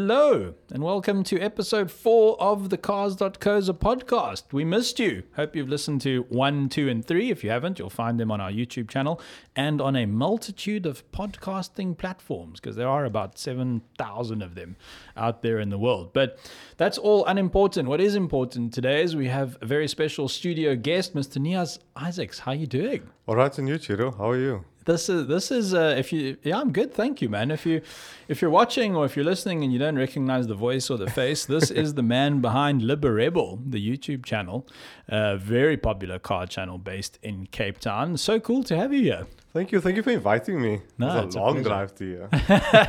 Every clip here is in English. Hello, and welcome to episode four of the Cars.coza podcast. We missed you. Hope you've listened to one, two, and three. If you haven't, you'll find them on our YouTube channel and on a multitude of podcasting platforms because there are about 7,000 of them out there in the world. But that's all unimportant. What is important today is we have a very special studio guest, Mr. Niaz Isaacs. How are you doing? All right, and you, Chiro, how are you? this is this is uh, if you yeah I'm good thank you man if you if you're watching or if you're listening and you don't recognize the voice or the face this is the man behind Liberable the YouTube channel a very popular car channel based in Cape Town so cool to have you here Thank you, thank you for inviting me. No, it was it's a a long pleasure. drive to you.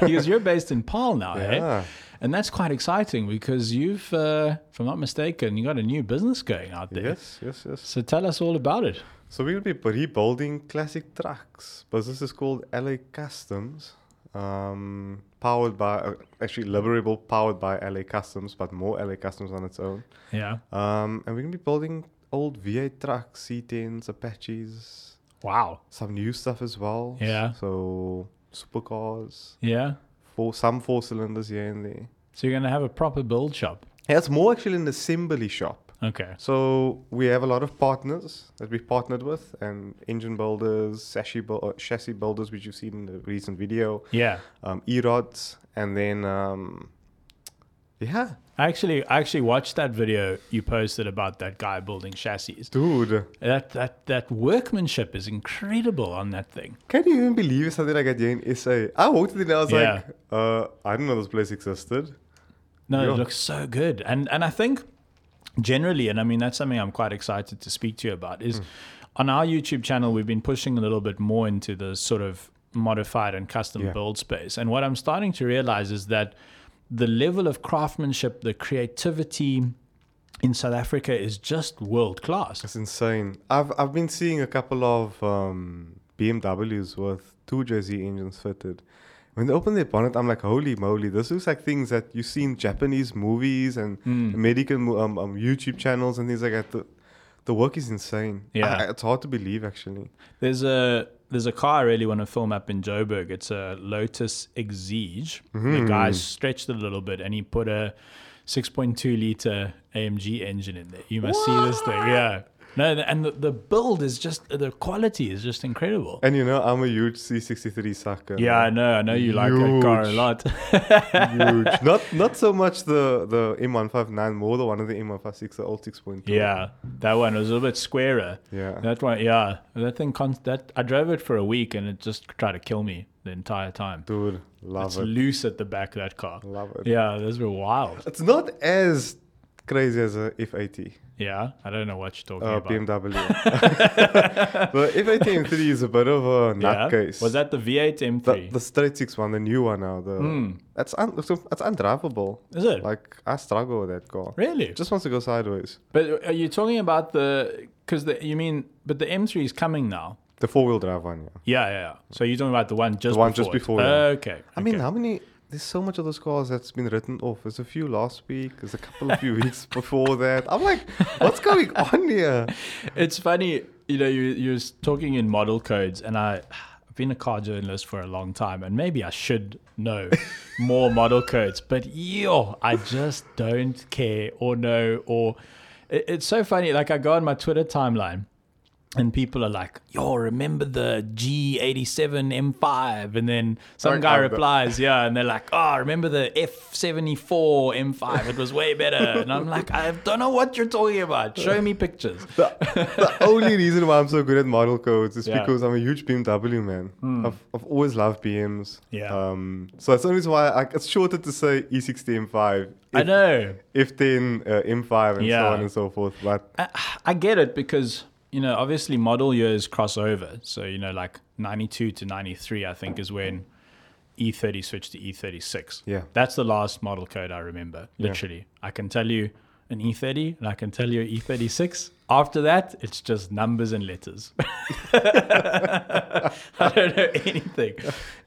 because you're based in Paarl now eh Yeah. and that's quite exciting because you've uh, if I'm not mistaken you got a new business going out there yes, yes, yes. so tell us all about it So we'll be rebuilding classic trucks. Business is called LA Customs, um, powered by uh, actually Liberable, powered by LA Customs, but more LA Customs on its own. yeah Um, and we're gonna be building old V8 trucks, C10s, Apaches, wow some new stuff as well. Yeah. So supercars, yeah four, some four cylinders here and there. so you're gonna have a proper build shop Yeah, it's more actually an assembly shop. okay So we have a lot of partners that we've partnered with, and engine builders, chassis, bu- uh, chassis builders, which you've seen in the recent video, yeah um, E-rods, and then um, yeah, I actually I actually watched that video you posted about that guy building chassis. dude, That that that workmanship is incredible on that thing. can you even believe something like that here in SA? I walked in and I was Yeah. like, uh, I didn't know this place existed. No, Yeah. it looks so good. And and I think generally, and I mean that's something I'm quite excited to speak to you about, Hmm. is on our YouTube channel we've been pushing a little bit more into the sort of modified and custom Yeah. build space. And what I'm starting to realize is that the level of craftsmanship, the creativity in South Africa is just world class. It's insane. I've I've been seeing a couple of um, BMWs with two Jersey engines fitted. When they open their bonnet, I'm like, holy moly! This looks like things that you see in Japanese movies and Hmm. American mo- um, um, YouTube channels and things like that. The, the work is insane. I- Yeah. I- it's hard to believe actually. There's a there's a car I really want to film up in Joburg. It's a Lotus Exige. Hmm. The guy stretched it a little bit and he put a 6.2 liter AMG engine in there. You must see this thing. Yeah. No, th- and the, the build is just the quality is just incredible. And you know, I'm a huge C63 sucker. Yeah, I know. I know you like that car a Huge. lot. huge. Not not so much the the M159, more the one of the M156, the old 6.2. yeah, that one was a little bit squarer. Yeah. That one, yeah, that thing. Const- that I drove it for a week and it just tried to kill me the entire time. Dude, love It's it. loose at the back of that car. Love it. Yeah, those were wild. It's not as crazy as a F80. Yeah, I don't know what you're talking Uh, about. BMW. but if I think 3 is a bit of a Yeah? nutcase. Was that the V8 the, M3? the straight six one, the new one now? The that's un, it's, it's undrivable. Hmm. Is it Like I struggle with that car. really? It just wants to go sideways. but uh, are you talking about the? Because the, you mean, but the M3 is coming now. The four wheel drive one. Yeah. Yeah, yeah. yeah. So you're talking about the one just The one before just it. before, yeah. Okay. I mean, okay. how many? There's so much of those cars that's been written off. There's a few last week. There's a couple of few weeks before that. I'm like, what's going on here? it's funny. You know, you you're s- talking in model codes, and I. I've been a car journalist for a long time, and maybe I should know more model codes, but yo, I just don't care or know. Or it, it's so funny. Like, I go on my Twitter timeline, and people are like, "Yo, remember the G87 M5?" And then some Right, guy I've got- replies, "Yeah," and they're like, "Oh, remember the F74 M5? It was way better." and I'm like, "I don't know what you're talking about. Show me pictures." the, the only reason why I'm so good at model codes is Yeah. Hmm. because I'm a huge BMW man. I've, I've always loved BMs. Yeah. Um, so that's the only reason why I, it's shorter to say E E60 M5, I if, know. F10 uh, M5, and Yeah. so on and so forth. But I, I get it because you know obviously model years cross over so you know like 92 to 93 i think is when e30 switched to e36 Yeah. that's the last model code i remember literally i can tell you an e30 and i can tell you e36 after that it's just numbers and letters i don't know anything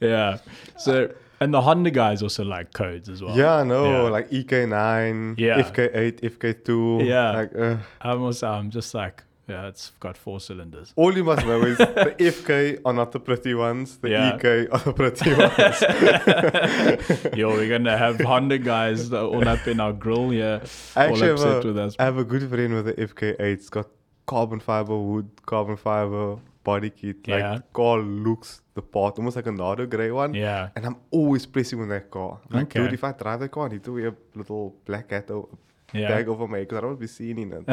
yeah so and the honda guys also like codes as well yeah, no, Yeah. like E EK9, Yeah. FK8, FK2. Yeah. Like, uh, I'm also I'm just like Yeah, it's got four cylinders. All you must know is the FK are not the pretty ones. The Yeah. EK are the pretty ones. Yo, we're gonna have Honda guys that all up in our grill here, I all actually have upset a- with us. I have a good friend with the FK8. It's got carbon fiber wood, carbon fiber body kit. Like Yeah. car looks the part, almost like a Nardo grey one. Yeah, And I'm always pressing on that car. I'm like, Okay. dude, if I drive that car, I need to wear a little black hat or a Yeah. bag over my head because I don't want to be seen in it.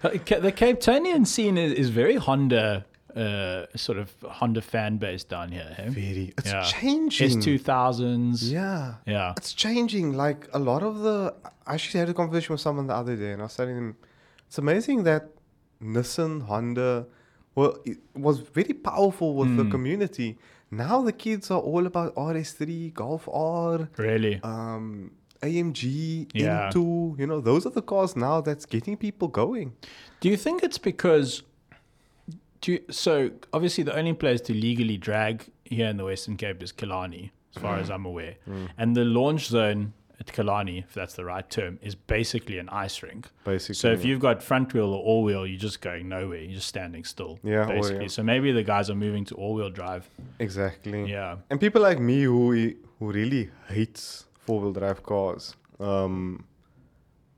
Uh, Ca- the Cape Townian scene is, is very Honda, uh, sort of Honda fan base down here. Hey? Very. It's Yeah. changing. S two thousands. Yeah. Yeah. It's changing. Like a lot of the. I actually had a conversation with someone the other day, and I was telling him, it's amazing that Nissan, Honda, well, it was very powerful with Hmm. the community. Now the kids are all about RS3, Golf R, Really. um, AMG, Yeah. N2. You know, those are the cars now that's getting people going. Do you think it's because? Do you, so obviously the only place to legally drag here in the Western Cape is Killarney, as far as I'm aware, Mm. and the launch zone at Killarney, if that's the right term, is basically an ice rink. Basically. So if you've got front wheel or all wheel, you're just going nowhere. You're just standing still. Yeah, all basically. wheel. So maybe the guys are moving to all wheel drive. Exactly. Yeah. And people like me who who really hates four wheel drive cars, um,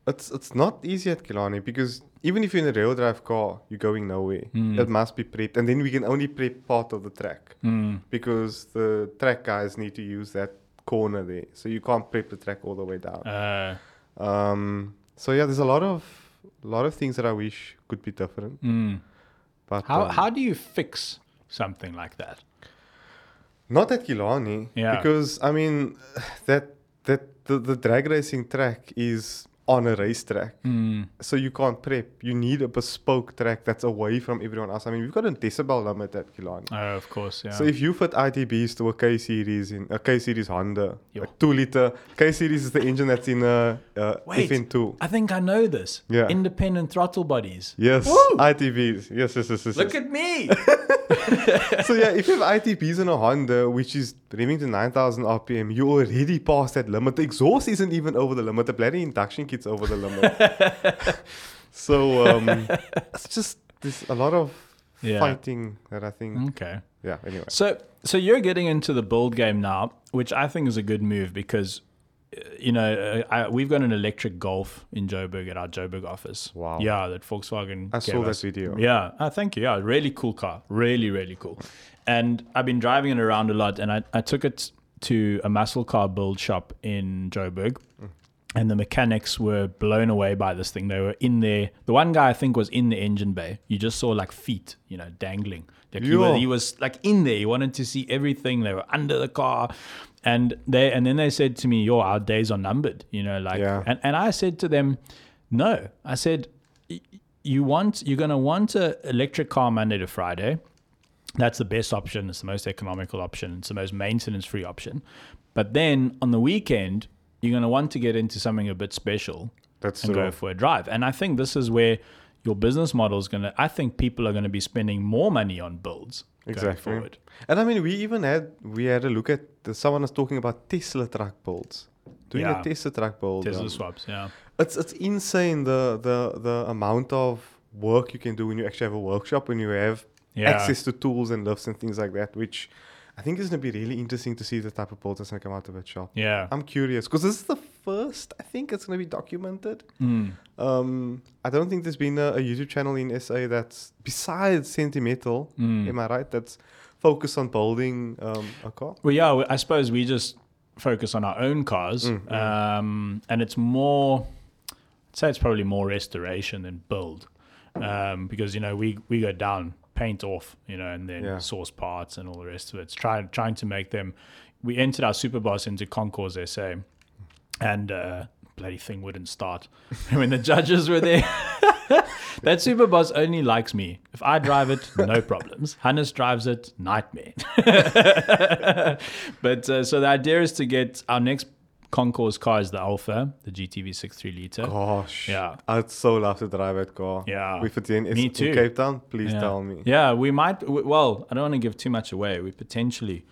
it's it's not easy at Killarney because even if you're in a rail drive car, you're going nowhere. It must be prepped, and then we can only prep part of the track because the track guys need to use that corner there, so you can't prep the track all the way down. Uh, Um, so yeah, there's a lot of lot of things that I wish could be different. But how um, how do you fix something like that? Not at Killarney. Yeah. Because I mean, that that the, the drag racing track is on a racetrack, Hmm. so you can't prep. You need a bespoke track that's away from everyone else. I mean, we've got a decibel limit at Killarney. Oh, of course. Yeah. So if you fit ITBs to a K series in a K series Honda, Yo. a two liter K series is the engine that's in a, uh Wait. FN2. I think I know this. Yeah. Independent throttle bodies. Yes, Woo! ITBs. Yes, yes, yes, yes. yes. Look at me. so yeah, if you have ITPs in a Honda, which is revving to 9,000 RPM, you already past that limit. The exhaust isn't even over the limit. The bloody induction kit's over the limit. so um, it's just there's a lot of Yeah. Mm. fighting that I think. okay. Yeah. Anyway. So so you're getting into the build game now, which I think is a good move because uh, you know, uh, I, we've got an electric Golf in Joburg at our Joburg office. Wow. Yeah, that Volkswagen. I gave saw that us. video. Yeah, uh, thank you. Yeah, really cool car. Really, really cool. And I've been driving it around a lot, and I, I took it to a muscle car build shop in Joburg. And the mechanics were blown away by this thing. They were in there. The one guy I think was in the engine bay. You just saw like feet, you know, dangling. Like he, Yo. was, he was like in there. He wanted to see everything. They were under the car, and they and then they said to me, "Yo, our days are numbered." You know, like Yeah. and and I said to them, "No," I said, "Y- "You want you're gonna want a electric car Monday to Friday." that's the best option. It's the most economical option. It's the most maintenance free option. But then on the weekend, you're going to want to get into something a bit special That's and true. go for a drive. And I think this is where your business model is going to, I think people are going to be spending more money on builds going Exactly. forward. And I mean, we even had we had a look at someone was talking about Tesla truck builds, doing Yeah. a Tesla truck build. Tesla um, swaps, yeah. It's it's insane the the the amount of work you can do when you actually have a workshop when you have Yeah. access to tools and lifts and things like that, which I think is going to be really interesting to see the type of build that's going to come out of that shop. Yeah. I'm curious because this is the first I think it's going to be documented. Hmm. Um, I don't think there's been a, a YouTube channel in SA that's besides Sentimental. Hmm. Am I right? That's focused on building um, a car. Well, yeah, we- I suppose we just focus on our own cars, um, and it's more. I'd say it's probably more restoration than build, um, because you know we we go down, paint off, you know, and then Yeah. source parts and all the rest of it. It's trying trying to make them. We entered our superbus into Concourse SA, and uh, bloody thing wouldn't start. And when the judges were there. That superbus only likes me. If I drive it, no problems. Hannes drives it, nightmare. But uh, so the idea is to get our next concourse car is the Alpha, the GTV 6.3 liter. Gosh, Yeah. I'd so love to drive that car. Yeah. if it's in, Me in too. Cape Town, please yeah. tell me. Yeah, we might. w- Well, I don't want to give too much away. We potentially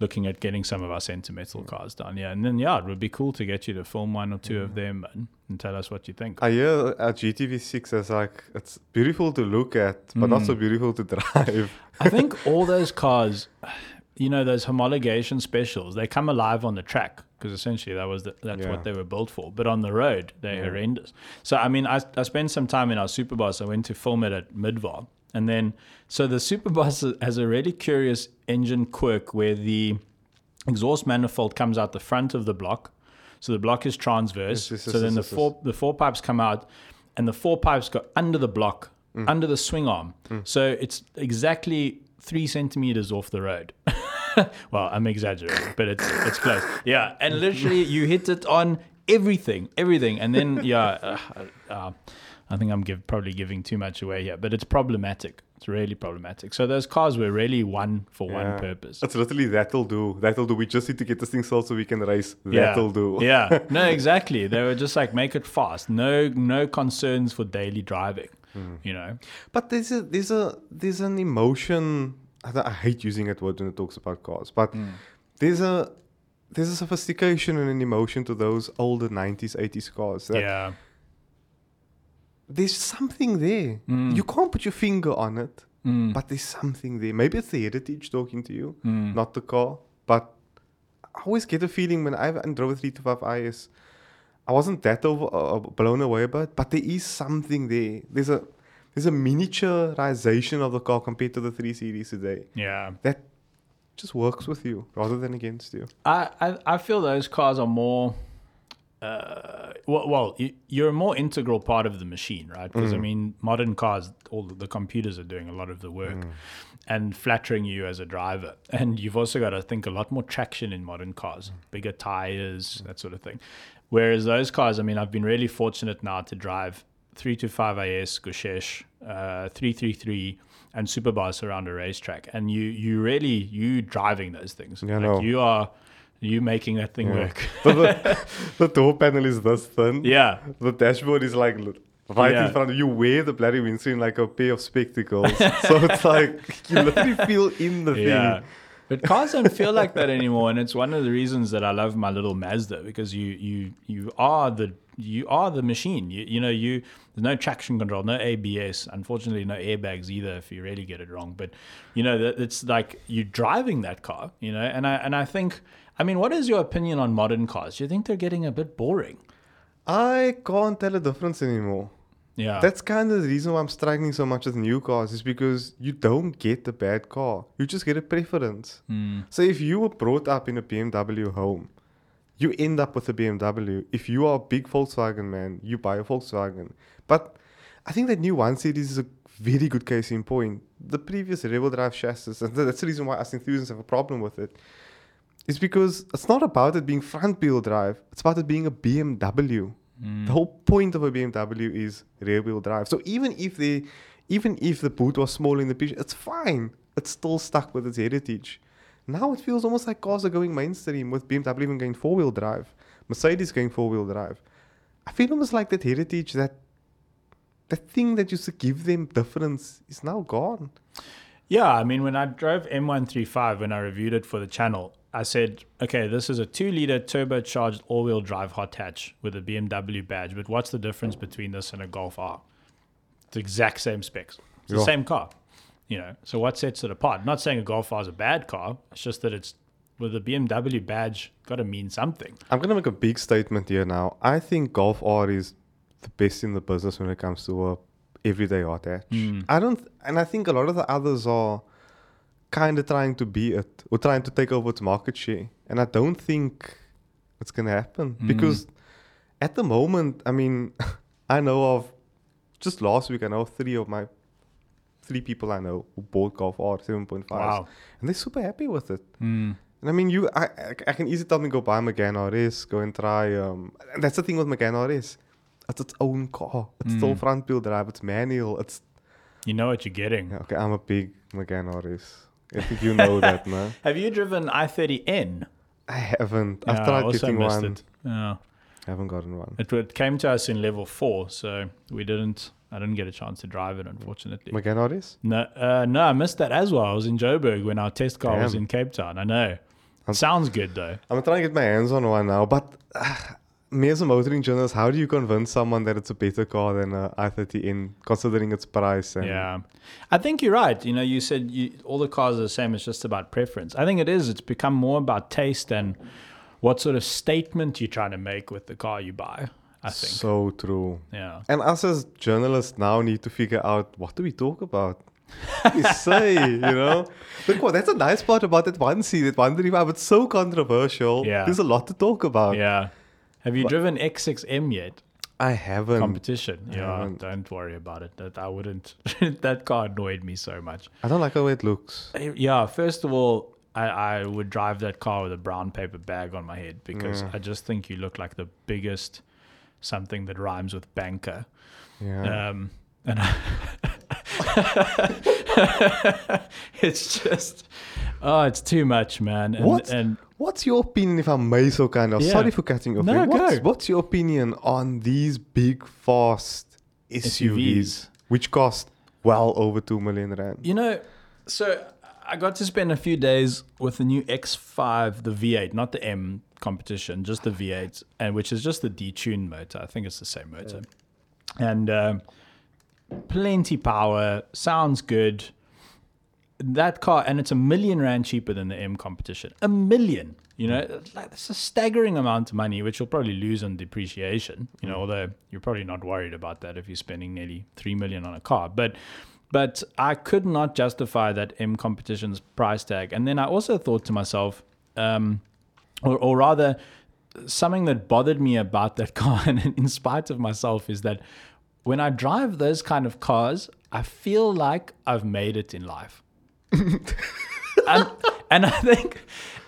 looking at getting some of our sentimental Hmm. cars done. Yeah, and then yeah, it would be cool to get you to film one or Hmm. two of them and, and tell us what you think. I hear a GTV6 is like it's beautiful to look at, but not Mm. so beautiful to drive. I think all those cars, you know, those homologation specials, they come alive on the track because essentially that was the, that's Yeah. what they were built for. But on the road, they're horrendous. So I mean, I, I spent some time in our superbus. I went to film it at Midvar, and then so the superbus has a really curious engine quirk where the exhaust manifold comes out the front of the block. So the block is transverse. Yes, yes, yes, so then yes, the yes, yes. four the four pipes come out, and the four pipes go under the block, Mm. under the swing arm. So it's exactly three centimeters off the road. well, I'm exaggerating, but it's it's close. Yeah, and literally you hit it on everything, everything, and then yeah, uh, uh, I think I'm give, probably giving too much away here, but it's problematic. It's really problematic. So those cars were really one for one Yeah. purpose. It's literally that'll do. That'll do. We just need to get this thing sold so we can race. That'll do. yeah. No, exactly. They were just like make it fast. No no concerns for daily driving. Hmm. You know? But there's a there's a there's an emotion. I, don't- I hate using that word when it talks about cars, but Mm. there's a there's a sophistication and an emotion to those older '90s, '80s cars. That yeah. There's something there. You can't put your finger on it, but there's something there. Maybe it's the heritage talking to you, not the car. But I always get a feeling when I drove a 325 IS, I wasn't that over, uh, blown away by it, but there is something there. There's a there's a miniaturization of the car compared to the 3 Series today Yeah. that just works with you rather than against you. I, I, I feel those cars are more. Uh, well, well, you- you're a more integral part of the machine, right? Because Mm. I mean, modern cars, all the, the computers are doing a lot of the work Mm. and flattering you as a driver. And you've also got, I think, a lot more traction in modern cars, Mm. bigger tires, that sort of thing. Whereas those cars, I mean, I've been really fortunate now to drive 325IS, Gushesh, uh, 333, and Superbars around a racetrack. And you, you really, you driving those things. Yeah, I like know. you are, you making that thing work. the, the, the door panel is this thin. yeah. The dashboard is like l- right Yeah. in front of you. You wear the bloody windscreen like a pair of spectacles. so it's like you literally feel in the Yeah. thing. But cars don't feel like that anymore, and it's one of the reasons that I love my little Mazda because you you you are the you are the machine. You, you know you there's no traction control, no ABS, unfortunately no airbags either if you really get it wrong. But you know that it's like you're driving that car, you know. And I and I think I mean, what is your opinion on modern cars? Do you think they're getting a bit boring? I can't tell a difference anymore. Yeah, That's kind of the reason why I'm struggling so much with new cars is because you don't get the bad car. You just get a preference. So if you were brought up in a BMW home, you end up with a BMW. If you are a big Volkswagen man, you buy a Volkswagen. But I think that new one series is a very good case in point. The previous rear-wheel drive chassis, and that's the reason why us enthusiasts have a problem with it, is because it's not about it being front-wheel drive. It's about it being a BMW. The whole point of a BMW is rear-wheel drive. So even if the even if the boot was small in the picture, it's fine. It's still stuck with its heritage. Now it feels almost like cars are going mainstream with BMW even going four wheel drive, Mercedes going four wheel drive. I feel almost like that heritage, that that thing that used to give them difference is now gone. Yeah, I mean, when I drove M135, when I reviewed it for the channel, I said, okay, this is a two liter turbocharged all wheel drive hot hatch with a BMW badge, but what's the difference between this and a Golf R? It's the exact same specs, it's the Yeah. same car, you know. So, what sets it apart? I'm not saying a Golf R is a bad car, it's just that it's with a BMW badge, got to mean something. I'm gonna make a big statement here now. I think Golf R is the best in the business when it comes to a everyday art hatch. I don't, and I think a lot of the others are kind of trying to be it or trying to take over its market share, and I don't think it's gonna happen because at the moment, I mean, I know of just last week, I know of three of my three people I know who bought Golf R 7.5s, Wow. Hmm. and they're super happy with it. And I mean, you, I, I, I can easily tell them go buy Megane RS, go and try. Um, and that's the thing with Megane RS. It's its own car. It's still Hmm. front wheel drive. It's manual. It's You know what you're getting. okay. I'm a big Megane RS. I think you know that, man. Have you driven I30N? I haven't. Yeah, I've I tried also getting missed one. it. Yeah. I haven't gotten one. It, it came to us in level four, so we didn't. I didn't get a chance to drive it, unfortunately. Megane RS. No, uh, no, I missed that as well. I was in Joburg when our test car was Damn. in Cape Town. I know. Sounds good though. I'm trying to get my hands on one now, but uh, me as a motoring journalist, how do you convince someone that it's a better car than a i30N, considering its price? And Yeah, I think you're right. You know, you said you, all the cars are the same. It's just about preference. I think it is. It's become more about taste and what sort of statement you're trying to make with the car you buy. I think. so true. yeah. And us as journalists now need to figure out what do we talk about. We say, you know, look what that's a nice part about that one seat, that one thirty-five. It's so controversial. Yeah. there's a lot to talk about. Yeah. Have you driven X6M yet? I haven't. Competition. Yeah. haven't. Don't worry about it. That I wouldn't. that car annoyed me so much. I don't like the way it looks. Uh, Yeah. First of all, I, I would drive that car with a brown paper bag on my head because I just think you look like the biggest something that rhymes with banker. Yeah, Um, and I it's just, oh, it's too much, man. And, What? And What's your opinion, if I may, so kind of? Yeah. Sorry for cutting you off. No, there. what's, go. what's your opinion on these big, fast SUVs, SUVs. which cost well over two million rand? You know, so I got to spend a few days with the new X5, the V8, not the M competition, just the V8, and which is just the detuned motor. I think it's the same motor, and um, plenty power. Sounds good. That car, and it's a million rand cheaper than the M competition. A million. You know, like, that's a staggering amount of money, which you'll probably lose on depreciation. You know, although you're probably not worried about that if you're spending nearly three million on a car. But but I could not justify that M competition's price tag. And then I also thought to myself, um, or, or rather, something that bothered me about that car, and in spite of myself, is that when I drive those kind of cars, I feel like I've made it in life. and, and I think,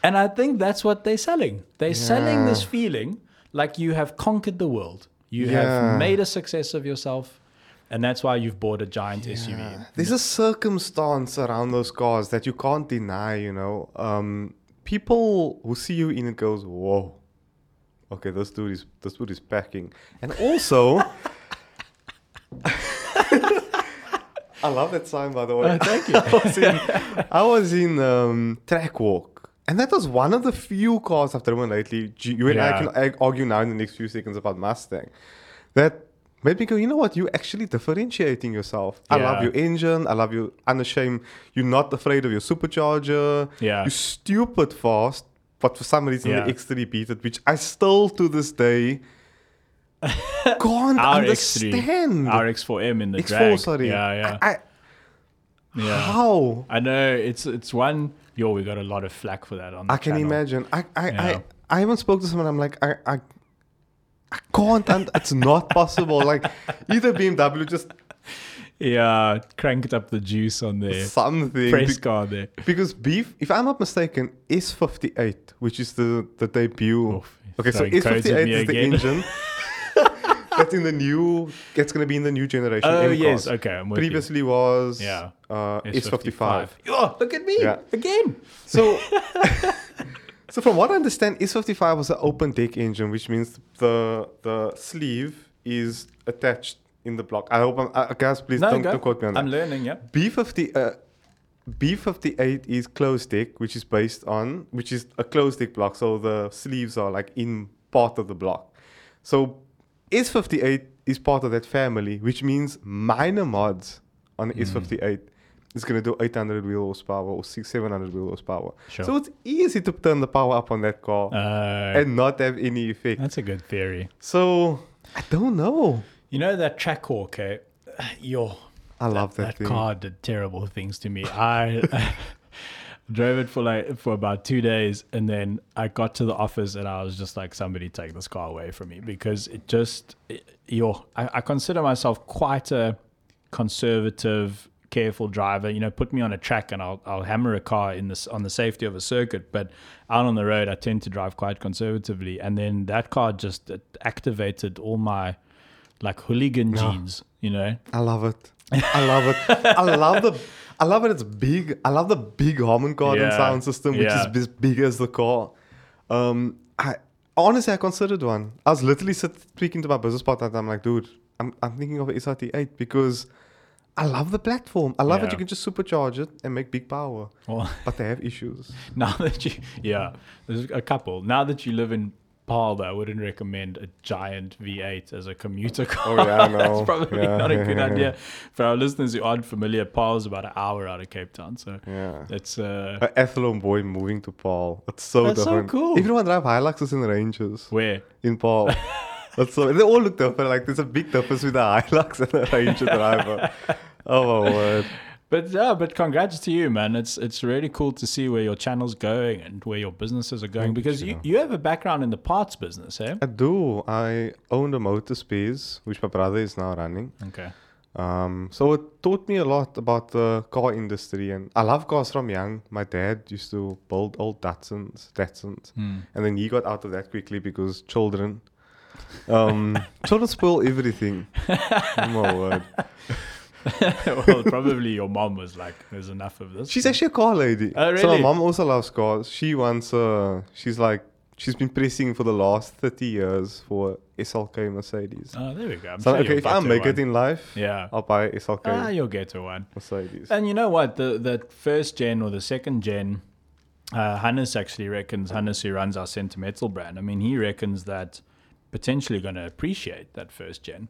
and I think that's what they're selling. They're selling this feeling like you have conquered the world. You Yeah. have made a success of yourself, and that's why you've bought a giant SUV. There's a circumstance around those cars that you can't deny, you know. Um, people who see you in it goes, whoa. Okay, this dude is this dude is packing. And also I love that sign by the way. thank you. I was in, I was in um, track walk. And that was one of the few cars I've driven lately. G- You and I Yeah. can ag- argue now in the next few seconds about Mustang. That made me go, you know what? You're actually differentiating yourself. I love Yeah. your engine. I love you unashamed. You're not afraid of your supercharger. Yeah. You're stupid fast. But for some reason, Yeah. the X3 beat it, which I still to this day can't Our understand. X3, our X4M in the X4, drag. sorry. Yeah, yeah, I, I, yeah. How? I know it's it's one. Yo, we got a lot of flack for that on. The I can channel. imagine. I I, Yeah. I I even spoke to someone. I'm like I I, I can't. And it's not possible. like either BMW just Yeah, cranked up the juice on there. something Press be- car there. because beef. If I'm not mistaken, is 58, which is the the debut. Oof, okay, so throwing is 58 codes is at me the again. engine. That's in the new. That's gonna be in the new generation. Oh M yes, cars. okay. I'm with you. Previously was Yeah. uh, It's is 55. Oh, look at me Yeah. again. So, so from what I understand, is 55 was an open deck engine, which means the the sleeve is attached in the block. I hope I'm, uh, guys, please No, don't, go. don't quote me on I'm that. learning. Yeah. B50, uh, B58 is closed deck, which is based on, which is a closed deck block. So the sleeves are like in part of the block. So is 58 is part of that family, which means minor mods on is Mm. 58 is going to do 800 wheel horsepower or six 700 wheel horsepower. Sure. So it's easy to turn the power up on that car Uh, and not have any effect. that's a good theory. So I don't know. You know that track walk, eh? Yo, I love that, that thing. car did terrible things to me. I drove it for like for about two days, and then I got to the office, and I was just like, "Somebody take this car away from me," because it just, yo, I, I consider myself quite a conservative, careful driver. You know, put me on a track, and I'll I'll hammer a car in this on the safety of a circuit, but out on the road, I tend to drive quite conservatively, and then that car just it activated all my like hooligan genes. You know, I love it. I love it. I love the. I love it. It's big. I love the big Harman Kardon Yeah. sound system, which Yeah. is as big as the car. Um, I honestly I considered one. I was literally sit, speaking to my business partner. And I'm like, dude, I'm I'm thinking of a SRT8 because I love the platform. I love Yeah. Oh. that you can just supercharge it and make big power. Well, But they have issues. now that you, yeah, there's a couple. Now that you live in Palmer, I wouldn't recommend a giant V8 as a commuter car. Oh, yeah, I know. That's probably Yeah, not a yeah, good yeah, idea. For our listeners who aren't familiar, Pal's about an hour out of Cape Town, so Yeah. it's uh, An Athlone boy moving to Paul. It's so That's so different. cool. Everyone drive Hiluxes in Rangers where in Paul. That's so. They all look different. Like there's a big difference with a Hilux and a Ranger driver. Oh my word! But yeah, but congrats to you, man. It's it's really cool to see where your channel's going and where your businesses are going because you, you have a background in the parts business, eh? I do. I owned a motor space, which my brother is now running. Okay. Um, so it taught me a lot about the car industry, and I love cars from young. My dad used to build old Datsuns, Datsuns, and then he got out of that quickly because children, um, children spoil everything. oh my word! well, probably your mom was like, "There's enough of this." She's actually a car lady. Oh, So my really? mom also loves cars. She wants, uh, she's like, she's been pressing for the last thirty years for a SLK Mercedes. Oh, there we go. I'm so sure okay, you'll if get her I make one. it in life, yeah, I'll buy a SLK ah, you'll get her one. Mercedes. And you know what? The the first gen or the second gen, uh, Hannes actually reckons Hannes who runs our sentimental brand. I mean, he reckons that potentially going to appreciate that first gen.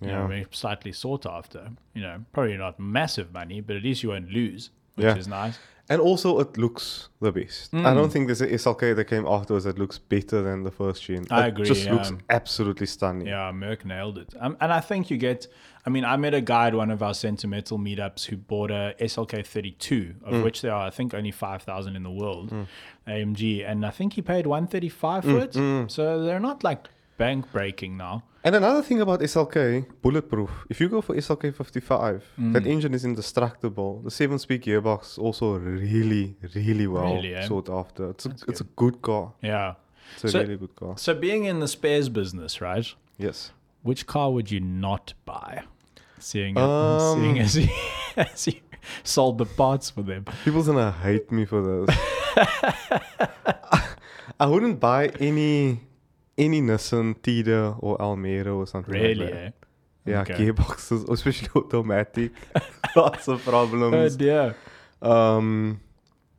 You know, Yeah. maybe slightly sought after. You know, probably not massive money, but at least you won't lose, which Yeah. is nice. And also, it looks the best. I Hmm. don't think there's a SLK that came afterwards that looks better than the first gen. I it agree, Just looks yeah. absolutely stunning. Yeah, Merck nailed it. Um, and I think you get, I mean, I met a guy at one of our sentimental meetups who bought a SLK 32, of which there are, I think, only 5,000 in the world, AMG. And I think he paid 135 for it. So they're not like bank breaking now. And another thing about SLK, bulletproof. If you go for SLK 55, Mm. that engine is indestructible. The seven-speed gearbox also really, really well Really, eh? sought after. It's a, it's a good car. Yeah. It's a So- really good car. So being in the spares business, right? Yes. Which car would you not buy? Seeing, Um. seeing as, he, as he sold the parts for them. People's gonna hate me for this. I wouldn't buy any any Nissan Tida or Almero or something Really, like that. eh? Yeah, Okay. gearboxes, especially automatic, lots of Oh, problems. dear. Um,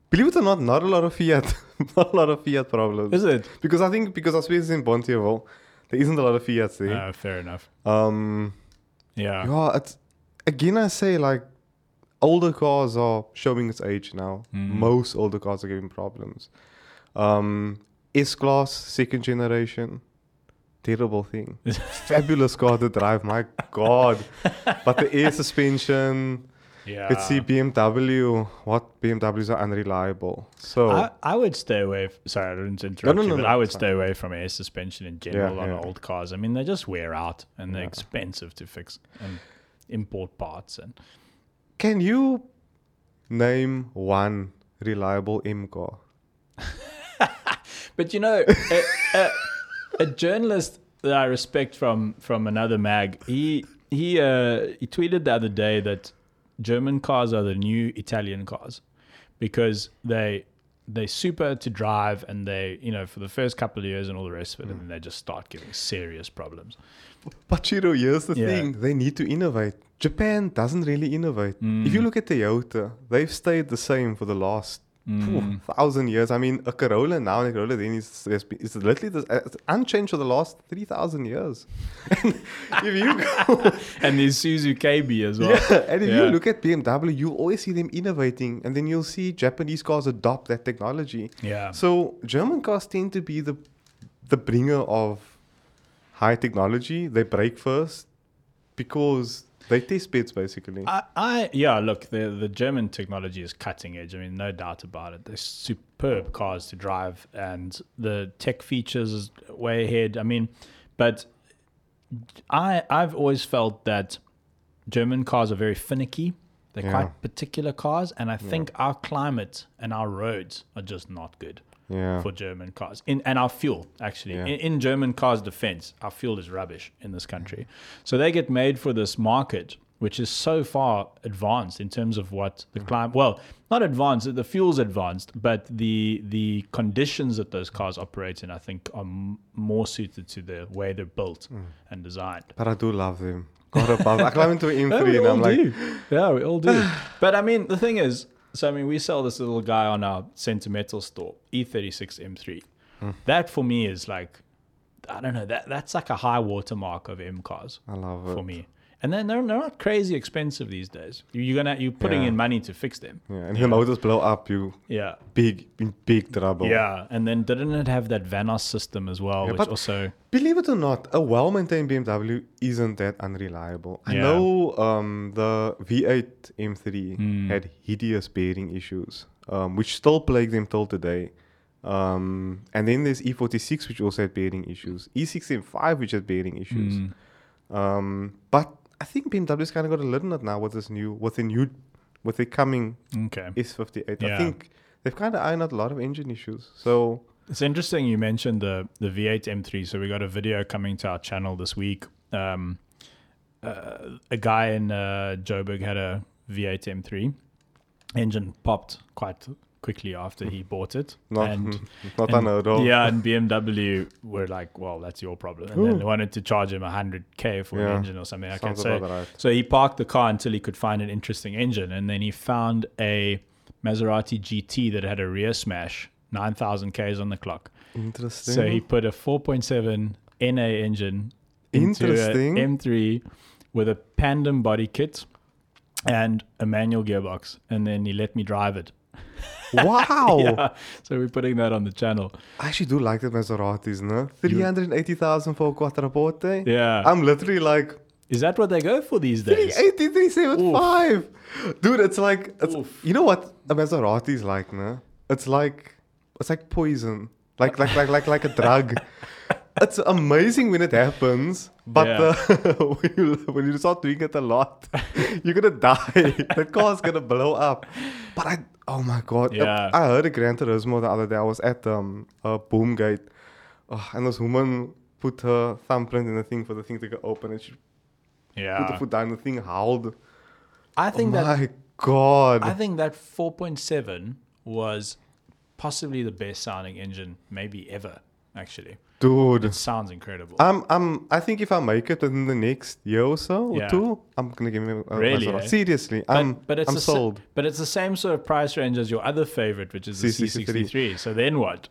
believe it or not, not a lot of Fiat, not a lot of Fiat problems. Is it? Because I think because I suppose in Bontierville, there isn't a lot of Fiats there. Uh, fair enough. um, Yeah. yeah, it's again I say like older cars are showing its age now. Mm-hmm. Most older cars are giving problems. Um, S class second generation, terrible thing. Fabulous car to drive, my god! but the air suspension. Yeah. Let's see BMW. What BMWs are unreliable. So I, I would stay away. F- Sorry, I didn't interrupt no, you, no, but no, I would it's fine. stay away from air suspension in general on yeah. old cars. I mean, they just wear out and they're expensive to fix and import parts. And can you name one reliable M car? but you know, a, a, a journalist that I respect from from another mag, he he uh, he tweeted the other day that German cars are the new Italian cars because they they're super to drive and they you know for the first couple of years and all the rest of it Hmm. and then they just start giving serious problems But Chiro, here's the Yeah. thing: they need to innovate. Japan doesn't really innovate. If Mm. you look at Toyota, they've stayed the same for the last Mm. phew, thousand years. I mean, a Corolla now and a Corolla then is, has been- is literally the, it's unchanged for the last three thousand years. and if you go, and there's Suzu KB as well. yeah, and if you Yeah. look at BMW, you always see them innovating, and then you'll see Japanese cars adopt that technology. Yeah. So German cars tend to be the the bringer of high technology. They break first because they test beds basically. I, I yeah, look, the the German technology is cutting edge. I mean, no doubt about it. They're superb cars to drive and the tech features is way ahead. I mean, but I I've always felt that German cars are very finicky. They're Yeah. quite particular cars, and I think our climate and our roads are just not good yeah. for German cars. In, and our fuel, actually. Yeah. In, in German cars' defense, our fuel is rubbish in this country. So they get made for this market, which is so far advanced in terms of what Mm. the climate, well, not advanced, the fuel's advanced, but the, the conditions that those cars operate in, I Mm. think, are m- more suited to the way they're built and designed. But I do love them. God above. I climb into an Yeah, M3 we and all I'm like, do. yeah, we all do. but I mean, the thing is, so I mean, we sell this little guy on our sentimental store, E E36 M3. Hmm. That for me is like, I don't know, that that's like a high watermark of M cars I love it. for me. And then they're, they're not crazy expensive these days. You're gonna you're putting Yeah. in money to fix them. Yeah, and if the motors blow up, you Yeah. big in big trouble. Yeah, and then didn't it have that Vanos system as well, which but- also Believe it or not, a well-maintained BMW isn't that unreliable. I Yeah. know um, the V8 M3 Hmm. had hideous bearing issues, um, which still plague them till today. Um, and then there's E46, which also had bearing issues. E65, which had bearing issues. Hmm. Um, but I think BMW's kind of got a little nut now with this new, with the new, with the coming okay. S58. Yeah. I think they've kind of ironed out a lot of engine issues. So It's interesting you mentioned the the V8 M3. So we got a video coming to our channel this week. Um, uh, a guy in uh, Joburg had a V8 M3. Engine popped quite quickly after he bought it, not and not and- unheard of. Yeah, and BMW were like, "Well, that's your problem," and then they wanted to charge him 100k for an Yeah. engine or something. I can Sounds say. about right. So he parked the car until he could find an interesting engine, and then he found a Maserati GT that had a rear smash, 9,000 k's on the clock. Interesting. So he put a 4.7 NA engine into Interesting. an M3 with a Pandem body kit and a manual gearbox, and then he let me drive it. wow. Yeah, so we're putting that on the channel. I actually do like the Maseratis, no? 380,000 for a Quattroporte? Yeah. I'm literally like, Is that what they go for these days? 38375! Dude, it's like, it's, you know what a Maserati is like, no? It's like, it's like poison. Like, like, like, like, like a drug. It's amazing when it happens, but Yeah. the, when, you, when you start doing it a lot, you're gonna die. the car's gonna blow up. But I, oh my god, Yeah. I heard a Gran Turismo the other day. I was at um, a Boomgate, oh, and this woman put her thumbprint in the thing for the thing to go open, and she put Yeah. the foot down. The thing howled. I think that Oh my god! I think that 4.7 was possibly the best sounding engine maybe ever actually. dude. It sounds incredible. I'm, I'm, I think if I make it within the next year or so or Yeah. two, I'm gonna give me a Really, Maserati. eh? Seriously, I'm, it's I'm the sa- sold. but it's the same sort of price range as your other favorite, which is the C63. C63. So then what?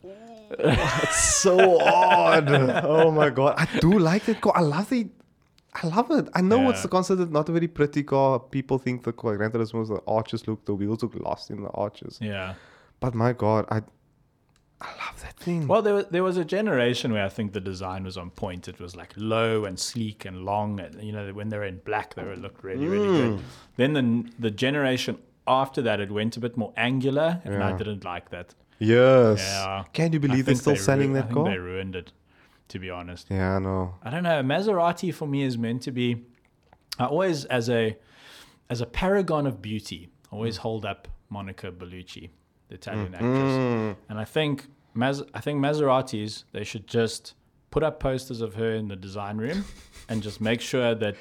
It's so odd. Oh my god, I do like that car. I love it. I love it. I know it's Yeah. considered not a very pretty car. People think the car- Gran Turismo, the arches look, the wheels look lost in the arches. Yeah. But my god, I, I love that thing. Well, there was, there was a generation where I think the design was on point. It was like low and sleek and long, and you know when they were in black, they were looked really really good. Mm. Then the the generation after that, it went a bit more angular, and I Yeah. didn't like that. Yes. Yeah. Can you I believe they're think still they selling ru- I that think car? They ruined it, to be honest. Yeah, I know. I don't know. Maserati for me is meant to be. I always as a as a paragon of beauty. I always hold up Monica Bellucci, the Italian actress, and I think Mas- I think Maseratis they should just put up posters of her in the design room, and just make sure that.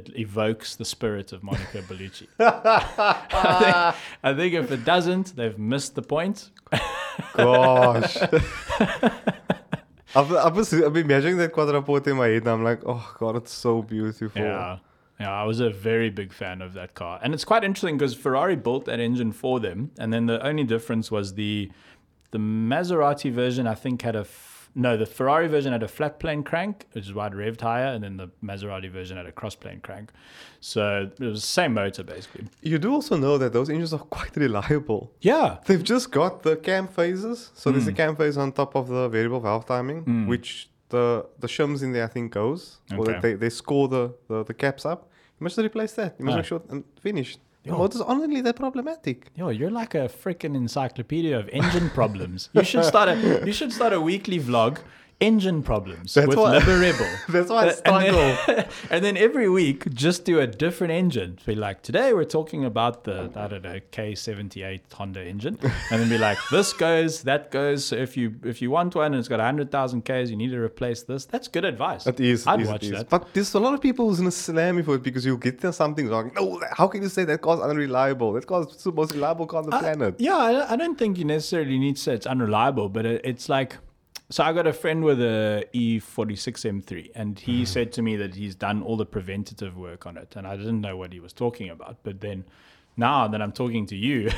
It evokes the spirit of Monica Bellucci. I, think, I think if it doesn't, they've missed the point. Gosh. I've, I've, been, I've been measuring that quadrupote in my head and I'm like, oh god, it's so beautiful. Yeah. Yeah, I was a very big fan of that car. And it's quite interesting because Ferrari built that engine for them. And then the only difference was the the Maserati version, I think, had a. F- no, the Ferrari version had a flat plane crank, which is why it revved higher. And then the Maserati version had a cross plane crank. So it was the same motor, basically. You do also know that those engines are quite reliable. Yeah. They've just got the cam phases. So there's a Mm. cam phase on top of the variable valve timing, which the the shims in there I think goes. Or Okay. that they, they score the, the, the caps up. You must replace that. You must Ah. make sure and finish. The Yeah. motors aren't really that problematic. Yo, you're like a freaking encyclopedia of engine problems. You should start a you should start a weekly vlog, engine problems That's with what- Libba Rebel. That's why I and, struggle. then, and then every week, just do a different engine. Be like, today we're talking about the I don't know K78 Honda engine, and then be like, this goes, that goes. So if you if you want one and it's got 100,000 k's, you need to replace this. That's good advice. It is. it I'd is, it watch is. that. But there's a lot of people who's gonna slam you for it because you'll get there something wrong. No, how can you say that car's unreliable? That car's the most reliable car on the I- planet. yeah, I, I don't think you necessarily need to say it's unreliable, but it, it's like so I got a friend with a E E46 M3, and he said to me that he's done all the preventative work on it, and I didn't know what he was talking about. But then, now that I'm talking to you,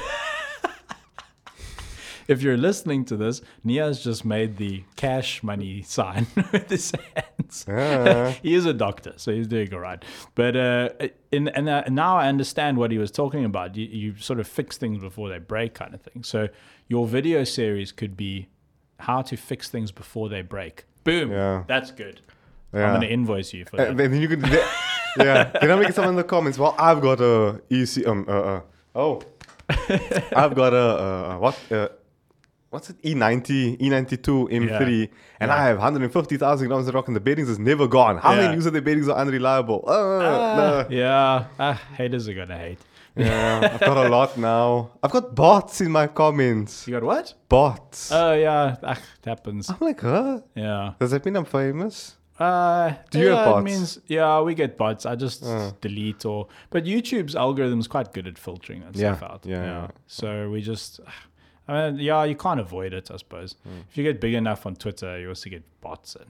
if you're listening to this, Nia's just made the cash money sign with his hands. Ah. he is a doctor, so he's doing all right. But uh, in, and uh, now I understand what he was talking about. You, you sort of fix things before they break, kind of thing. So your video series could be how to fix things before they break. Boom. Yeah. That's good. Yeah. I'm going to invoice you for Uh, that. then you could, th- yeah. Then I'm making someone in the comments. Well, I've got a EC. Um, uh, uh, oh, I've got a uh, uh, what? Uh, what's it? E E90, E92 M3, and I have 150,000 grams of rock, and the bearings is never gone. How Yeah. many user the bearings are unreliable? Uh, no. Ah. yeah. Ah, haters are going to hate. yeah, I've got a lot now. I've got bots in my comments. You got what? Bots. Oh, yeah. Ah, it happens. I'm like, huh? Yeah. Does that mean I'm famous? Uh, Do you yeah, have It bots? Ah. means, yeah, we get bots. I just delete or, but YouTube's algorithm's quite good at filtering that Yeah, stuff out. yeah, yeah. So we just, I mean, yeah, you can't avoid it, I suppose. Hmm. If you get big enough on Twitter, you also get bots, and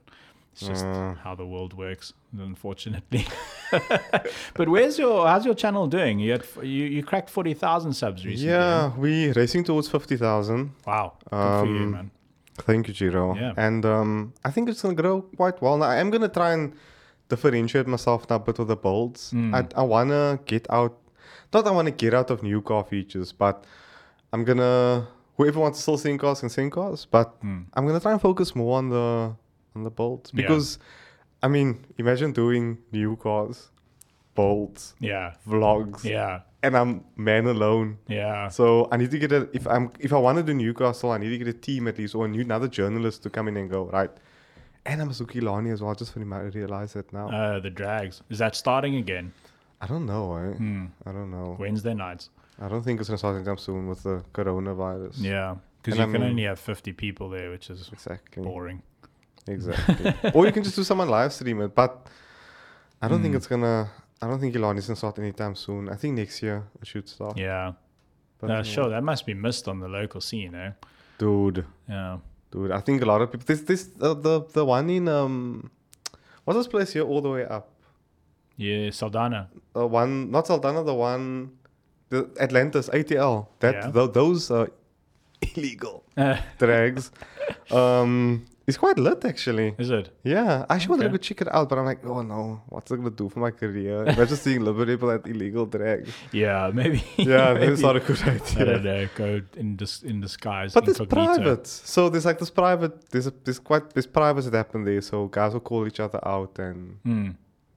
it's just Ah. how the world works, unfortunately. but where's your, how's your channel doing? You had, you, you cracked forty thousand subs recently. Yeah, we racing towards 50,000. Wow. Good for you, Um, man. Thank you, Jiro. Yeah. And um, I think it's going to grow quite well. Now, I am going to try and differentiate myself now a bit with the builds. Hmm. I, I want to get out, not I want to get out of new car features, but I'm going to, whoever wants to still sing cars can sing cars, but I'm going to try and focus more on the on the builds Hmm. Yeah. because, I mean, imagine doing new cars, builds, Yeah. vlogs, Yeah. and I'm man alone. Yeah. So I need to get a if I'm if I want to do Newcastle, I need to get a team at least or a new, another journalist to come in and go right. And I'm Suki Lani as well. I just really might realize that now. Uh, the drags. Is that starting again? I don't know. Eh? hmm. I don't know. Wednesday nights. I don't think it's gonna start anytime soon with the coronavirus. Yeah, because And you I can mean- only have 50 people there, which is Exactly. boring. Exactly. or you can just do someone live stream it, but I don't think Hmm. it's gonna. I don't think Ilani's gonna start anytime soon. I think next year it should start. Yeah. But Uh, anyway. sure, that must be missed on the local scene, eh? Dude, Yeah. dude. I think a lot of people. This, this, uh, the, the one in um, what's this place here all the way up? Yeah, Saldana. the one not Saldana, the one the Atlantis ATL. That Yeah. tho- those are illegal Uh, drags. um, it's quite lit actually. is it? Yeah, I actually wanted Okay. to go check it out, but I'm like, oh no, what's it gonna do for my career? Imagine seeing liberal people at illegal drag. Yeah, maybe. Yeah, maybe. that's not a good I don't idea. know. Go in dis- in disguise. But it's incognito. private, so there's like this private, there's a, there's quite there's privacy that happened there. So guys will call each other out, and Hmm,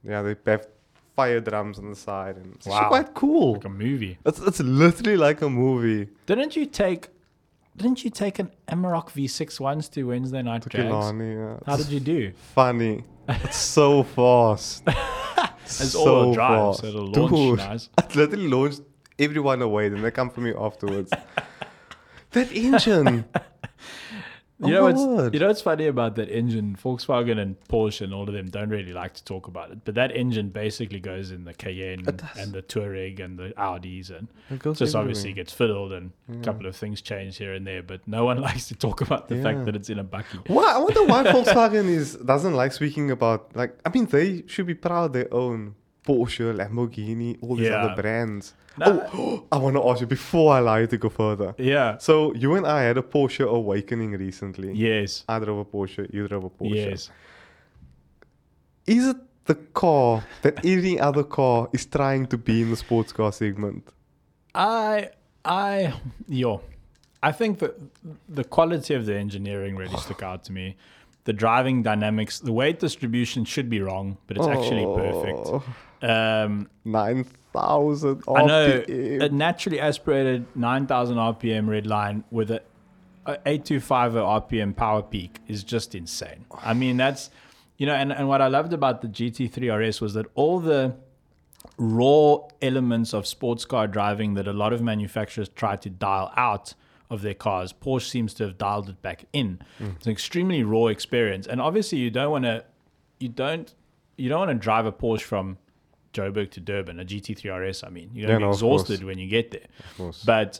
yeah, they have fire drums on the side, and it's actually Wow. quite cool. like a movie. It's, it's literally like a movie. Didn't you take? Didn't you take an Amarok V6 once to Wednesday night drags? Kilani, yeah. How It's did you do? funny. It's so fast. It's it's all-wheel drive, so it'll launch Dude, nice. I literally launched everyone away, then they come for me afterwards. that engine. You know, Oh my what's, word. you know what's funny about that engine? Volkswagen and Porsche and all of them don't really like to talk about it, but that engine basically goes in the Cayenne does. and the Touareg and the Audis, and It goes just obviously everywhere. gets fiddled and a couple of things change here and there. But no one likes to talk about the fact Yeah. that it's in a bucky. Why, I wonder why Volkswagen is doesn't like speaking about like I mean they should be proud of their own Porsche, Lamborghini, all these Yeah. other brands. No. Oh, I want to ask you before I allow you to go further. Yeah. So you and I had a Porsche awakening recently. Yes. I drove a Porsche, you drove a Porsche. Yes. Is it the car that any other car is trying to be in the sports car segment? I I yo, I think that the quality of the engineering really stuck out to me. The driving dynamics, the weight distribution should be wrong, but it's actually Oh, perfect. Um, 9,000 I know RPM. a naturally aspirated 9,000 RPM red line with a, a 825 RPM power peak is just insane. I mean, that's, you know, and, and what I loved about the GT3 RS was that all the raw elements of sports car driving that a lot of manufacturers try to dial out of their cars, Porsche seems to have dialed it back in. Hmm. It's an extremely raw experience. And obviously you don't want to, you don't, you don't want to drive a Porsche from Joburg to Durban, a GT3 RS, I mean. You're going to Yeah, no, be of course. exhausted when you get there. course. But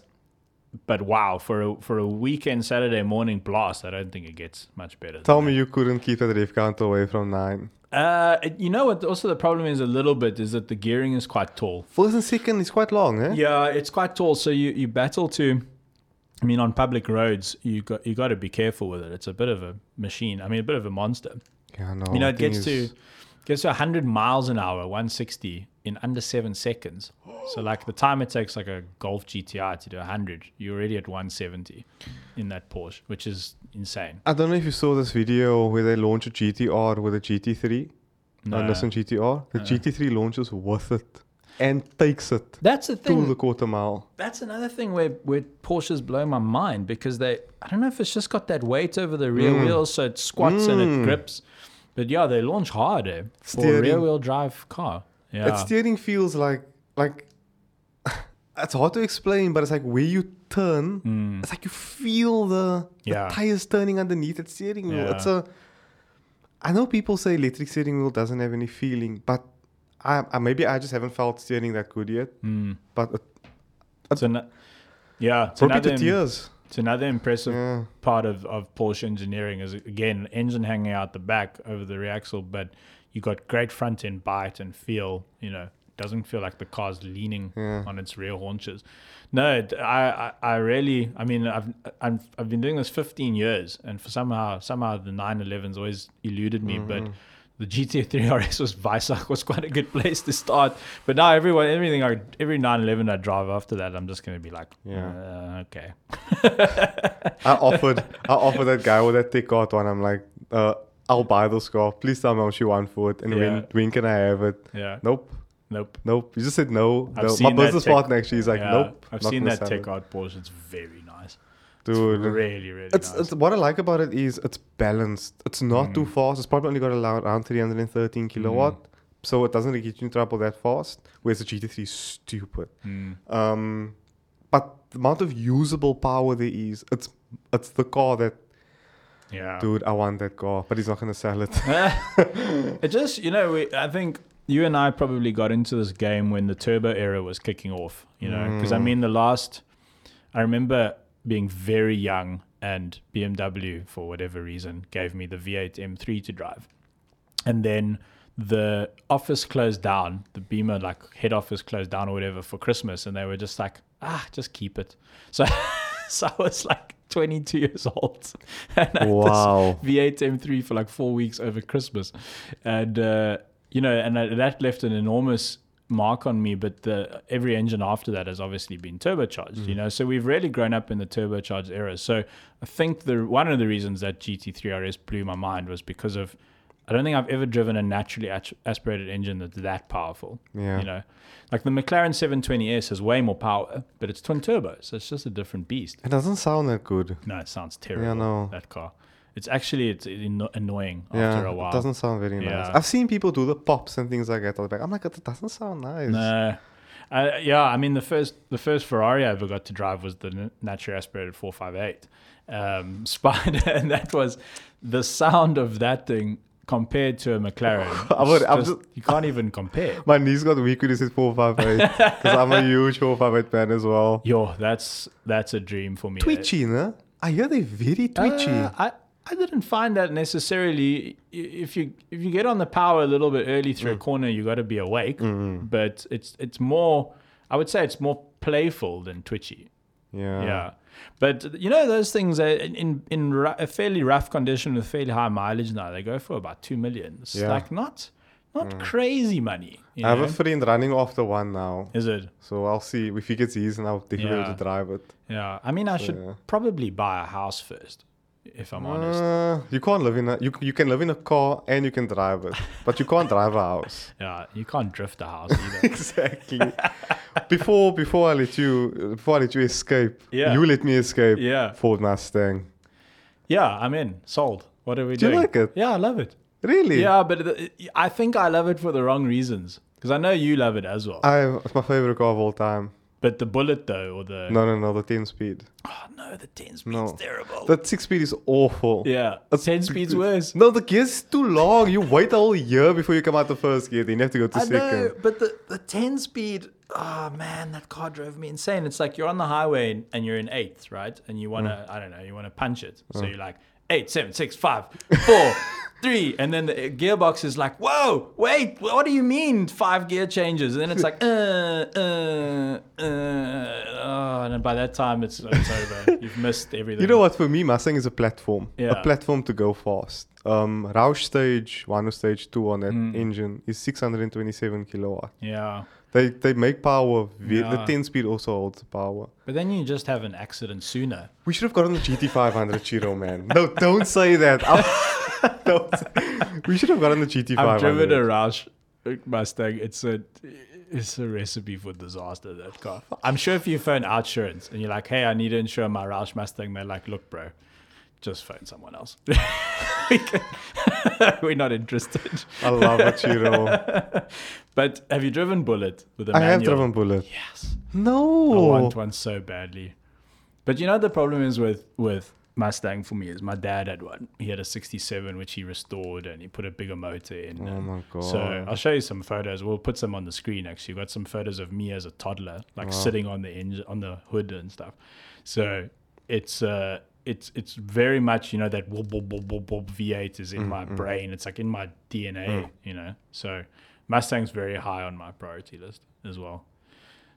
But wow, for a for a weekend Saturday morning blast, I don't think it gets much better. than Tell that. me you couldn't keep that rev count away from nine. Uh, you know what? Also, the problem is a little bit is that the gearing is quite tall. First and second is quite long, eh? Yeah, it's quite tall. So you, you battle to. I mean, on public roads, you got you got to be careful with it. It's a bit of a machine. I mean, a bit of a monster. Yeah, no. you know, I it think gets to it's- gets to 100 miles an hour, 160 in under seven seconds. So like the time it takes like a Golf GTI to do 100, you're already at 170 in that Porsche, which is insane. I don't know if you saw this video where they launched a GTR with a GT3. No. No. Nissan GTR. The GT3 launches with it and takes it That's the to thing. the quarter mile. That's another thing where, where Porsches blow my mind because they, I don't know if it's just got that weight over the rear wheels, so it squats and it grips. But yeah, they launch hard eh, for a Steering. rear wheel drive car. Yeah. That steering feels like like it's hard to explain, but it's like where you turn, it's like you feel the, Hmm. Yeah. the tires turning underneath that steering wheel. It's Yeah. a I know people say electric steering wheel doesn't have any feeling, but I, I maybe I just haven't felt steering that good yet. Hmm. But it it's an, yeah. It's brought me another, to tears. it's another impressive Yeah. part of, of Porsche engineering is again, engine hanging out the back over the rear axle, but you got great front end bite and feel, you know, doesn't feel like the car's leaning Yeah. on its rear haunches. No, it, I, I I really I mean I've I've I've been doing this 15 years and for somehow somehow the 911s always eluded me Mm-hmm. but the GT3 RS was Visac was quite a good place to start but now everyone everything I every 911 I drive after that I'm just going to be like yeah Yeah. uh, okay I offered I offered that guy with that thick card one. I'm like, uh, I'll buy this car. Please tell me how much you want for it and Yeah. when when can I have it? yeah Nope. nope Nope. You just said no. I've no. seen My that business tech- partner actually is like, Yeah, nope. I've not seen gonna that sell tech it." art Porsche. It's very nice. Dude, It's really, really it's, nice. it's what I like about it is it's balanced. It's not too fast. It's probably only got allowed around 313 kilowatt, so it doesn't really get you in trouble that fast. Whereas the GT3 is stupid. Mm, Um, but the amount of usable power there is, it's it's the car that yeah. dude I want that car, but he's not gonna sell it. it just, you know, we, I think you and I probably got into this game when the turbo era was kicking off, you know, because I mean, the last, I remember being very young and BMW, for whatever reason, gave me the V8 M3 to drive. and then the office closed down the beamer like head office closed down or whatever for christmas and they were just like ah just keep it so so i was like 22 years old and I had this Wow. v8 m3 for like four weeks over christmas and uh you know and I, that left an enormous mark on me but the every engine after that has obviously been turbocharged you know so we've really grown up in the turbocharged era so i think the one of the reasons that gt3 rs blew my mind was because of I don't think I've ever driven a naturally as- aspirated engine that's that powerful. Yeah. You know, like the McLaren 720S has way more power, but it's twin turbo, so it's just a different beast. it doesn't sound that good. No, it sounds terrible. no. That car. It's actually it's anno- annoying after Yeah, a while. it doesn't sound very Yeah. nice. I've seen people do the pops and things like that. I'm like, I'm like, it doesn't sound nice. No. Uh, yeah, I mean the first the first Ferrari I ever got to drive was the n- naturally aspirated 458 um, Spider, and that was the sound of that thing compared to a McLaren. I would- it's I'm just- you can't even compare. My knees got weak when he said 458 because I'm a huge 458 fan as well. Yo, that's that's a dream for me. Twitchy, no? I hear they're very twitchy. Uh, I I didn't find that necessarily. I- If you if you get on the power a little bit early through a Mm. corner, you got to be awake. Mm-hmm. But it's it's more. I would say it's more playful than twitchy. yeah. Yeah. But you know those things are in in, in ru- a fairly rough condition with fairly high mileage now they go for about two million. It's Yeah. Like not not crazy money. You I have know? a friend running off the one now. Is it? So I'll see if he gets his and I'll definitely be Yeah. able to drive it. Yeah. I mean, I should yeah. probably buy a house first, if I'm honest. Uh, you can't live in a you, you can live in a car and you can drive it, but you can't drive a house. Yeah, you can't drift a house either. Exactly. before before I let you before I let you escape, Yeah. you let me escape. Yeah. Ford Mustang. yeah, I'm in. Sold. What are we Do you doing? like it? Yeah, I love it. Really? Yeah, but it, I think I love it for the wrong reasons. Because I know you love it as well. I it's my favorite car of all time. But the bullet though, or the No, no, no, the 10 speed. oh, no the ten speed's No. terrible. That 6 speed is awful. yeah, ten speed's worse. No, the gear's too long. You wait a whole year before you come out the first gear, then you have to go to I second. know, but the, the 10 speed, oh man, that car drove me insane. It's like you're on the highway and you're in eighth, right? And you want to, Mm. I don't know, you want to punch it. So you're like, eight, seven, six, five, four, three. And then the gearbox is like, whoa, wait, what do you mean five gear changes? And then it's like, uh, uh, uh. Oh, and then by that time, it's, it's over. You've missed everything. You know what? For me, Mustang is a platform. Yeah. A platform to go fast. Um, Roush stage one or stage two on that Mm. engine is 627 kilowatt. Yeah. They they make power. ve- Yeah. The 10 speed also holds power. But then you just have an accident sooner. We should have gotten the GT500 Chiro, man. No, don't say that. I'm- don't say- we should have gotten the I've driven a GT500. Roush Mustang. It's a it's a recipe for disaster. That car. I'm sure if you phone Outsurance and you're like, "Hey, I need to insure my Roush Mustang," they're like, "Look, bro, just phone someone else. We're not interested." I love a Chiro. But have you driven Bullet with a I manual? have driven Bullet. Yes, I No. want one so badly. But you know the problem is with with Mustang for me is my dad had one. He had a '67 which he restored and he put a bigger motor in. Oh and- my god. so I'll show you some photos. We'll put some on the screen. Actually, We've got some photos of me as a toddler, like sitting on the engine, on the hood and stuff. So it's uh, it's it's very much you know that whoop whoop whoop whoop whoop V8 Mm, is in my brain. It's like in my DNA, you know. So Mustang's very high on my priority list as well.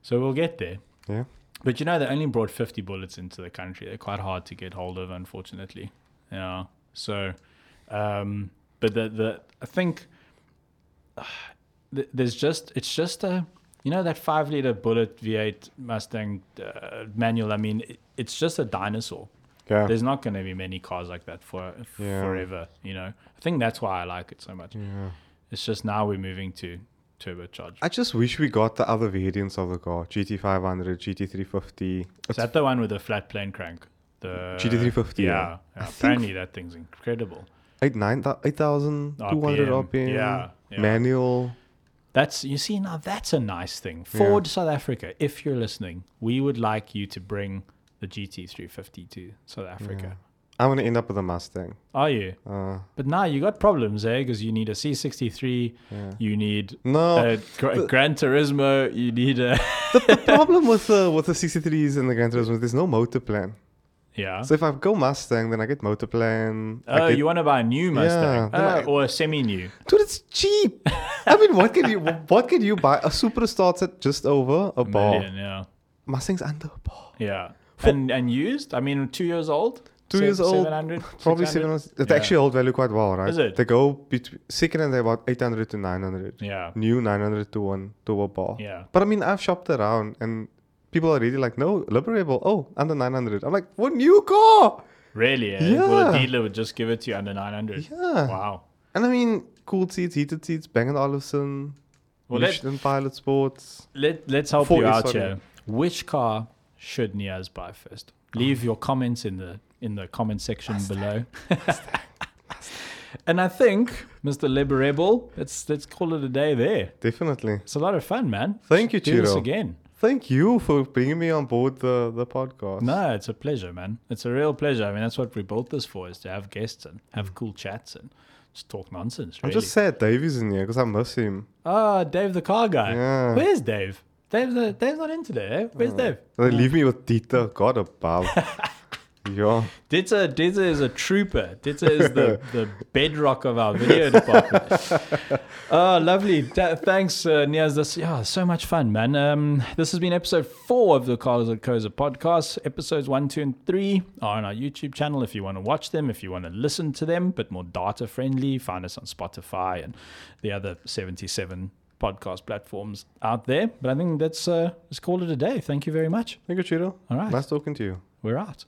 So we'll get there. yeah. But you know, they only brought 50 bullets into the country. They're quite hard to get hold of, unfortunately. Yeah. So, um, but the, the, I think ah, th- there's just, it's just a, you know, that five liter bullet V8 Mustang uh, manual. I mean, it, it's just a dinosaur. Yeah. There's not going to be many cars like that for Yeah. forever, you know. I think that's why I like it so much. yeah. It's just now we're moving to turbocharged. I just wish we got the other variants of the car. GT500, GT350. Is that the one with the flat plane crank? The GT350, Yeah. yeah. yeah. Apparently that thing's incredible. Eight nine thou- 8,200 RPM. RPM. Yeah, yeah. Manual. That's you see now that's a nice thing. Ford South Africa, if you're listening, we would like you to bring the GT350 to South Africa. I'm going to end up with a Mustang. Are you? Uh, But now you got problems, eh? Because you need a C63, Yeah. you need no. a, Gr- a Gran Turismo, you need a the problem with the, with the 63s and the Gran Turismo is there's no motor plan. yeah. So if I go Mustang, then I get motor plan. I Oh, get- you want to buy a new Mustang then Oh, I- or a semi-new? Dude, it's cheap. I mean, what can you what can you buy? A Supra starts at just over a bar. Million, yeah, Mustang's under a bar. yeah. And and used? I mean, two years old. Two Se- years old, 700, Probably 600? 700. They Yeah. actually hold value quite well, right? Is it? They go between second and they're about 800 to 900. Yeah. New 900 to 1 to a bar. Yeah. But I mean, I've shopped around and people are really like, no, Liberable. Oh, under 900. I'm like, what new car? Really? Eh? Well, a Yeah. dealer would just give it to you under 900. Yeah. Wow. And I mean, cool seats, heated seats, Bang & Olufsen, Well, let- Michelin Pilot Sports. Let, let's help Forty, you out sorry. here. Which car should Niaz buy first? Leave your comments in the in the comment section below. and I think, Mr. Liberable, let's let's call it a day there. Definitely. It's a lot of fun, man. Thank you, Do this Chiro. again. Thank you for bringing me on board the, the podcast. No, it's a pleasure, man. It's a real pleasure. I mean, that's what we built this for, is to have guests and have cool chats and just talk nonsense, I'm really. just sad Dave is in here because I miss him. Ah, Dave the car guy. Yeah. Uh, Where's Dave? Dave's not, Dave's not in today. Eh? Where's Dave? They leave me with Dieter. God above. yeah. Ditza, Ditza is a trooper. Ditza is the, the bedrock of our video department. oh, lovely. Th- thanks, uh, Niaz. This, yeah, so much fun, man. Um, this has been episode four of the Carlos and Koza podcast. Episodes one, two, and three are on our YouTube channel if you want to watch them, if you want to listen to them, but more data friendly. Find us on Spotify and the other 77 podcast platforms out there. But I think that's, uh, let's call it a day. Thank you very much. Thank you, Chiro. All right. Nice talking to you. We're out.